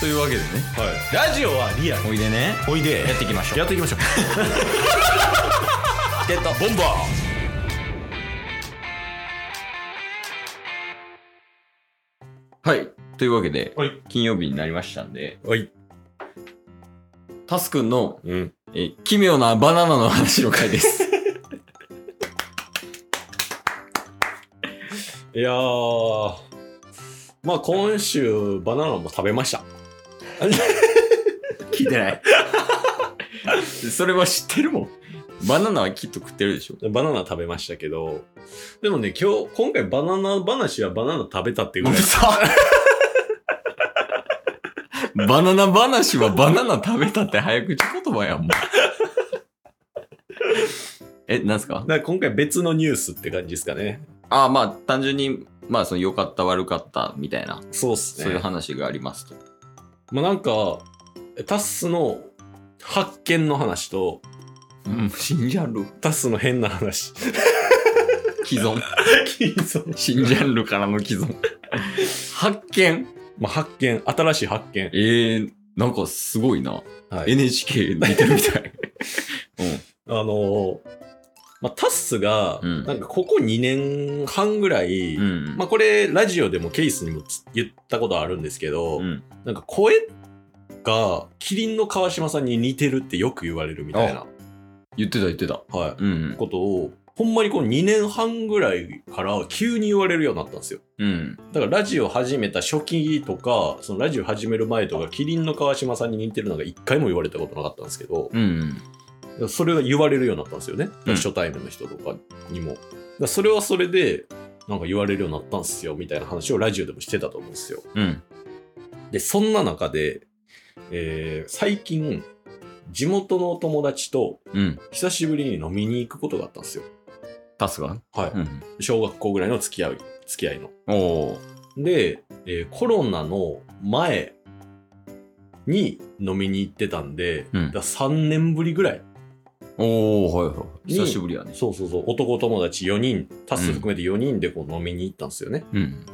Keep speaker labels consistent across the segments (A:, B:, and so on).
A: というわけでね
B: はい、ラジオはリアル
A: おいでね
B: おいで
A: やっていきましょう
B: やっていきましょう
A: ゲットボンバーはいというわけで
B: はい
A: 金曜日になりましたんで
B: はい
A: タスくんの、
B: うん
A: えー奇妙なバナナの話の回です
B: いやーまあ今週バナナも食べました
A: 聞いてない それは知ってるもんバナナはきっと食ってるでしょ
B: バナナ食べましたけどでもね今日今回バナナ話はバナナ食べたっていう ぐらい
A: バナナ話はバナナ食べたって早口言葉や んもうえなんすか
B: だから今回別のニュースって感じですかね
A: ああまあ単純にまあその良かった悪かったみたいな
B: そうっす
A: そういう話がありますと、
B: まあなんかタッスの発見の話と
A: うん新ジャンル
B: タッスの変な 話
A: 既 存新ジャンルからの既存発見
B: まあ発見新しい発見、
A: えー、なんかすごいな
B: はい
A: NHK 見てるみた い
B: あのーまあ、タッスが、
A: うん
B: なんかここ2年半ぐらい、
A: うん、うん
B: まあこれラジオでもケースにもつ言ったことあるんですけど、
A: うん、
B: なんか声がキリンの川島さんに似てるってよく言われるみたいな、
A: 言ってた言ってた
B: は
A: うん
B: い、ことをほんまにこう2年半ぐらいから急に言われるようになったんですよ
A: うんうん
B: だからラジオ始めた初期とかそのラジオ始める前とかキリンの川島さんに似てるのが一回も言われたことなかったんですけど、
A: うん
B: それが言われるようになったんですよね。
A: うん
B: 初対面の人とかにも。だからそれはそれで、なんか言われるようになったんですよ、みたいな話をラジオでもしてたと思うんですよ。
A: うん
B: で、そんな中で、えー最近、地元の友達と
A: うん
B: 久しぶりに飲みに行くことがあったんですよ。
A: タスが
B: はい。
A: うん
B: 小学校ぐらいの付き合い、付き合いの。
A: おお
B: で、えーコロナの前に飲みに行ってたんで、
A: うん
B: だ3年ぶりぐらい
A: おおはいはい
B: に
A: 久しぶりやね
B: そうそうそう、男友達4人、タス含めて4人でこう飲みに行ったんですよね。
A: うん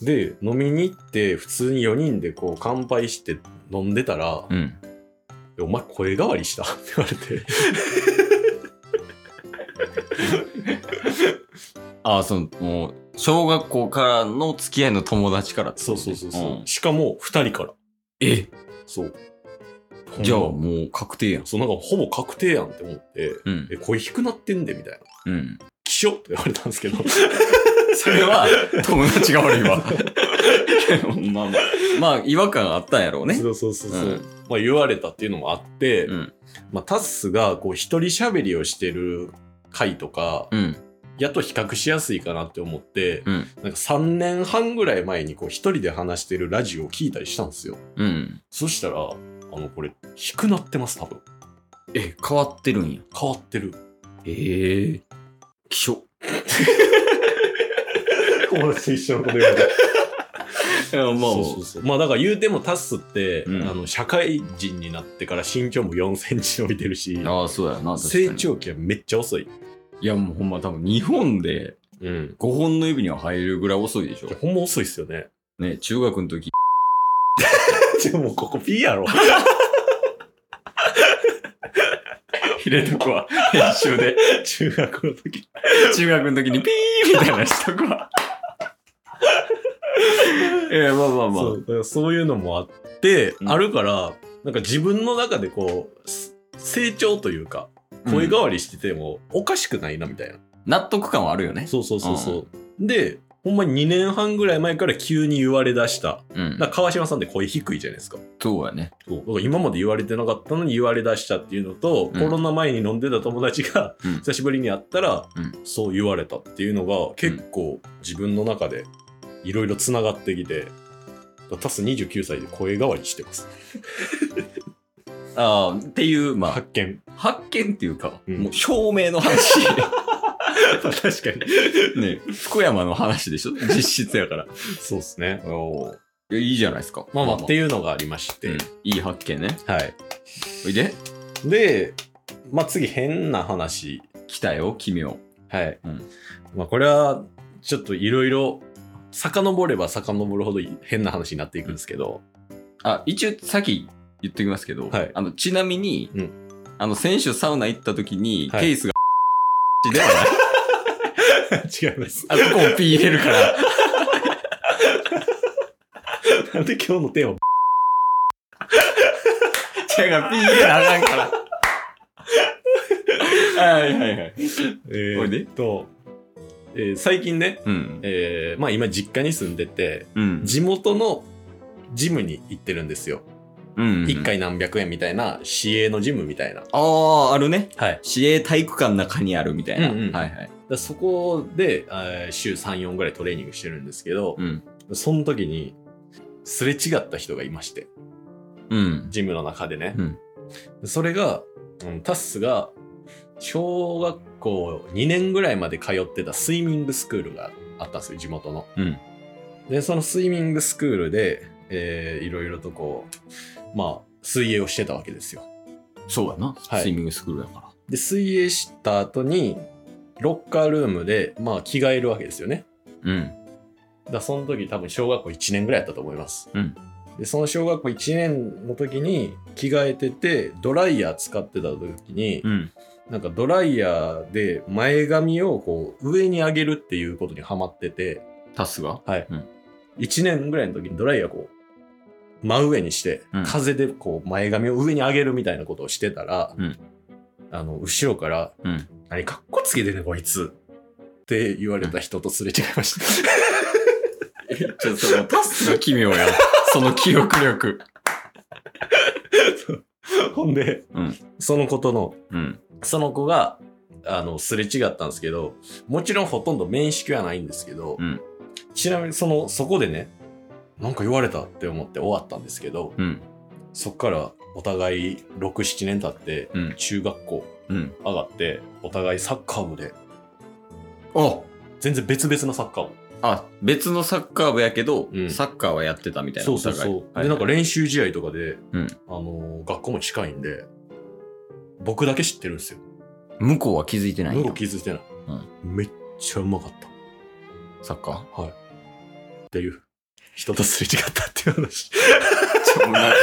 B: で、飲みに行って、普通に4人でこう乾杯して飲んでたら、
A: うん
B: お前声変わりした って言われて。
A: ああそのもう小学校からの付き合いの友達からって
B: そ
A: こと
B: うそうそうそう、
A: ん
B: しかも2人から。
A: え
B: そう。
A: じゃあ
B: ほんま
A: もう確定やん
B: そうなんかほぼ確定やんって思って、
A: うん
B: え、声低くなってんでみたいな。
A: うん
B: 気象って言われたんですけど。
A: それは 友達が悪いわ まあまあまあ違和感あったんやろうね
B: そうそうそうそう、
A: うん
B: まあ言われたっていうのもあって、
A: うん
B: まあタスがこう一人喋りをしてる回とか、
A: うん
B: やっと比較しやすいかなって思って、
A: うん
B: なんか3年半ぐらい前にこう一人で話してるラジオを聞いたりしたんですよ。
A: うん
B: そしたら、あの、これ、低くなってます、多分。
A: え変わってるんや
B: 変わってる。
A: ええ気象
B: 友達と一緒のこと言われた。
A: いやまあ
B: そうそうそう。まあだから言うてもタスって、
A: うん
B: あの、社会人になってから身長も4センチ伸びてるし、
A: ああそうやな確かに
B: 成長期はめっちゃ遅い。
A: いやもうほんま多分日本で
B: うん。
A: 5本の指には入るぐらい遅いでしょ
B: ほんま遅いっすよ ね。
A: ね中学の時
B: じゃあもうここ P やろ。
A: 入れとくわ 編集で
B: 中学の時。
A: 中学の時にピーみたいなしとくわ いやまあまあまあ
B: そうだからそういうのもあって、
A: うん
B: あるから、なんか自分の中でこう、す成長というか、声
A: うん
B: 変わりしててもおかしくないなみたいな。
A: 納得感はあるよね
B: そうそうそうそう。で、ほんまに2年半ぐらい前から急に言われだした。
A: うん
B: だから川島さんって声低いじゃないですか。
A: そうやね
B: そうだから今まで言われてなかったのに言われだしたっていうのと、
A: うん
B: コロナ前に飲んでた友達が、
A: うん
B: 久しぶりに会ったら、
A: うん
B: そう言われたっていうのが結構自分の中でいろいろつながってきて。タス29歳で声変わりしてます。
A: ああっていうまあ
B: 発見。
A: 発見っていうか、
B: うん
A: もう証明の 話
B: 確かに。
A: ね福山の話でしょ実質やから
B: そうですね。
A: おいやいいじゃないですか
B: まあまあ、っていうのがありまして。
A: うんいい発見ね
B: はい。
A: おいで
B: で、まあ次、変な話。
A: 来たよ君を
B: はい。
A: うん
B: まあこれは、ちょっといろいろ、遡れば遡るほど変な話になっていくんですけど、
A: あ、一応、さっき言っておきますけど、
B: はい
A: あの、ちなみに、
B: うん
A: あの、先週サウナ行った時に、
B: はい
A: ケース が、ではない。
B: 違います。
A: あ、ここを P 入れる から。
B: なんで今日のテーマ、
A: 違うから、P 入れなあかんから。はいはいはい。
B: えー、っと、えー最近ね、
A: うん。
B: えーまあ今実家に住んでて、
A: うん。
B: 地元のジムに行ってるんですよ。
A: うん
B: 一、。回何百円みたいな、市営のジムみたいな。
A: ああ、あるね。
B: はい。
A: 市営体育館の中にあるみたいな。
B: うんうん
A: はいはい。
B: だそこで、えー週3、4ぐらいトレーニングしてるんですけど、
A: うん。
B: その時に、すれ違った人がいまして、
A: うん。
B: ジムの中でね。
A: うん
B: それが、うんタッスが、小学校2年ぐらいまで通ってたスイミングスクールがあったんですよ、地元の。
A: うん
B: で、そのスイミングスクールで、えーいろいろとこう、まあ、水泳をしてたわけですよ。
A: そうやな。
B: はい
A: スイミングスクールだか
B: で、水泳した後に、ロッカールームで、まあ、着替えるわけですよね。
A: ら。うん。
B: だからその時多分小学校1年ぐらいだったと思います、
A: うん
B: でその小学校1年の時に着替えててドライヤー使ってた時に、
A: うん。
B: なんかドライヤーで前髪をこう上に上げるっていうことにハマってて
A: タスが
B: 1年ぐらいの時にドライヤーこう真上にして、
A: うん
B: 風でこう前髪を上に上げるみたいなことをしてたら、
A: うん
B: あの後ろから「
A: うん
B: 何かっこつけてんねんこいつ」って言われた人とすれ違いました
A: え、ちょっとその タスが奇妙や。その記憶力。
B: ほんで、
A: うん
B: そのことの、
A: うん。
B: その子が、あの、すれ違ったんですけど、もちろんほとんど面識はないんですけど、
A: うん
B: ちなみにその、そこでね、なんか言われたって思って終わったんですけど、
A: うん。
B: そっからお互い6、7年経って、
A: うん
B: 中学校
A: うん。
B: 上がって、お互いサッカー部で、
A: あ
B: 全然別々のサッカー部。
A: あ、別のサッカー部やけど、
B: うん
A: サッカーはやってたみたいな。
B: そうそうそう。で、なんか練習試合とかで、
A: うん
B: あのー学校も近いんで、僕だけ知ってるんですよ。
A: 向こうは気づいてないん
B: 喉
A: や
B: 気づいてない、めっちゃうまかったっ
A: サッカ
B: ていう人とすれ違ったっていう話
A: ーちょもうなんか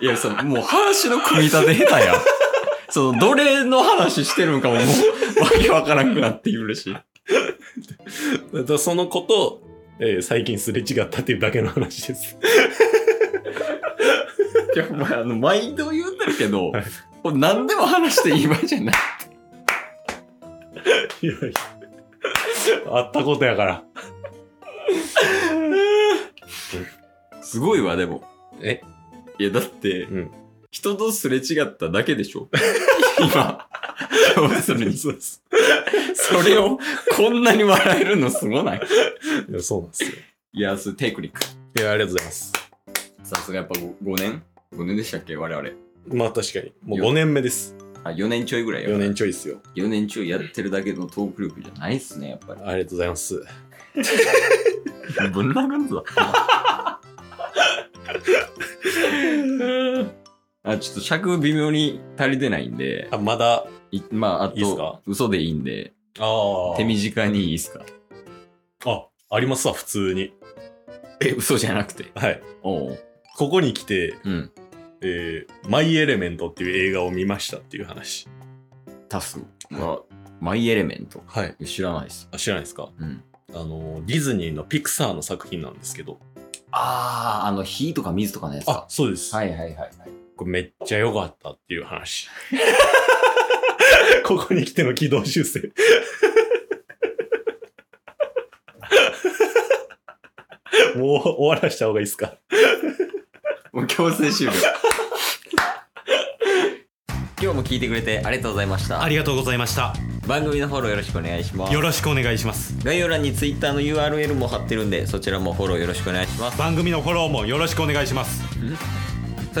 A: いや、その、もう話の組み立て下手やん。 その、どれの話してるんかもも う、わけわからんくなっているし。
B: だからその子と、えー最近すれ違ったっていうだけの話です
A: いや、お前、あの、毎度言うてるけど、
B: はい
A: これ何でも話していい場合じゃない。
B: いやいやあったことやから
A: すごいわ、でも。
B: え
A: いや、だって、
B: うん
A: 人とすれ違っただけでし ょ。今。要するに
B: そうです
A: それを、こんなに笑えるのすごない。
B: いやそうなんですよ
A: いや、それテクニック。
B: いやありがとうございます
A: さすがやっぱ 5, 年 ?5 年でしたっけ我々。
B: まあ確かにもう5年目です
A: あ、4年ちょいぐらいよ。
B: 4年ちょいですよ
A: 4年ちょいやってるだけのトーク力じゃないっすね、やっぱ
B: ありがとうございます
A: り。ぶん殴んぞ。 あ、ちょっと尺微妙に足りてないんで、
B: あまだ
A: いまあ、あ
B: いいっすか
A: と、嘘でいいんで、
B: あ
A: 手短にいいっすか。
B: あありますわ普通に
A: え、嘘じゃなくて。
B: はい
A: おう。
B: ここに来て
A: うん。
B: えーマイ・エレメントっていう映画を見ましたっていう話。
A: タスは、マイエレメント。
B: はい。
A: 知らないっす。
B: あ知らないですか
A: うん。
B: あの、ディズニーのピクサーの作品なんですけど。
A: あー、あの、火とか水とかのやつ
B: あ
A: か、。
B: そうです。
A: はいはいはいはい。
B: これめっちゃ良かったっていう話。 ここに来ての軌道修 正。もう終わらした方がいいですか
A: もう強制 終了。今日も聞いてくれてありがとうございました。
B: りがとうございました。
A: 番組のフォローよろしくお願いします。
B: ろしくお願いします。
A: 概要欄に Twitter の URL も貼ってるんで、そちらもフォローよろしくお願いします。
B: 番組のフォローもよろしくお願いします。
A: そ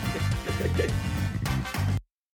B: す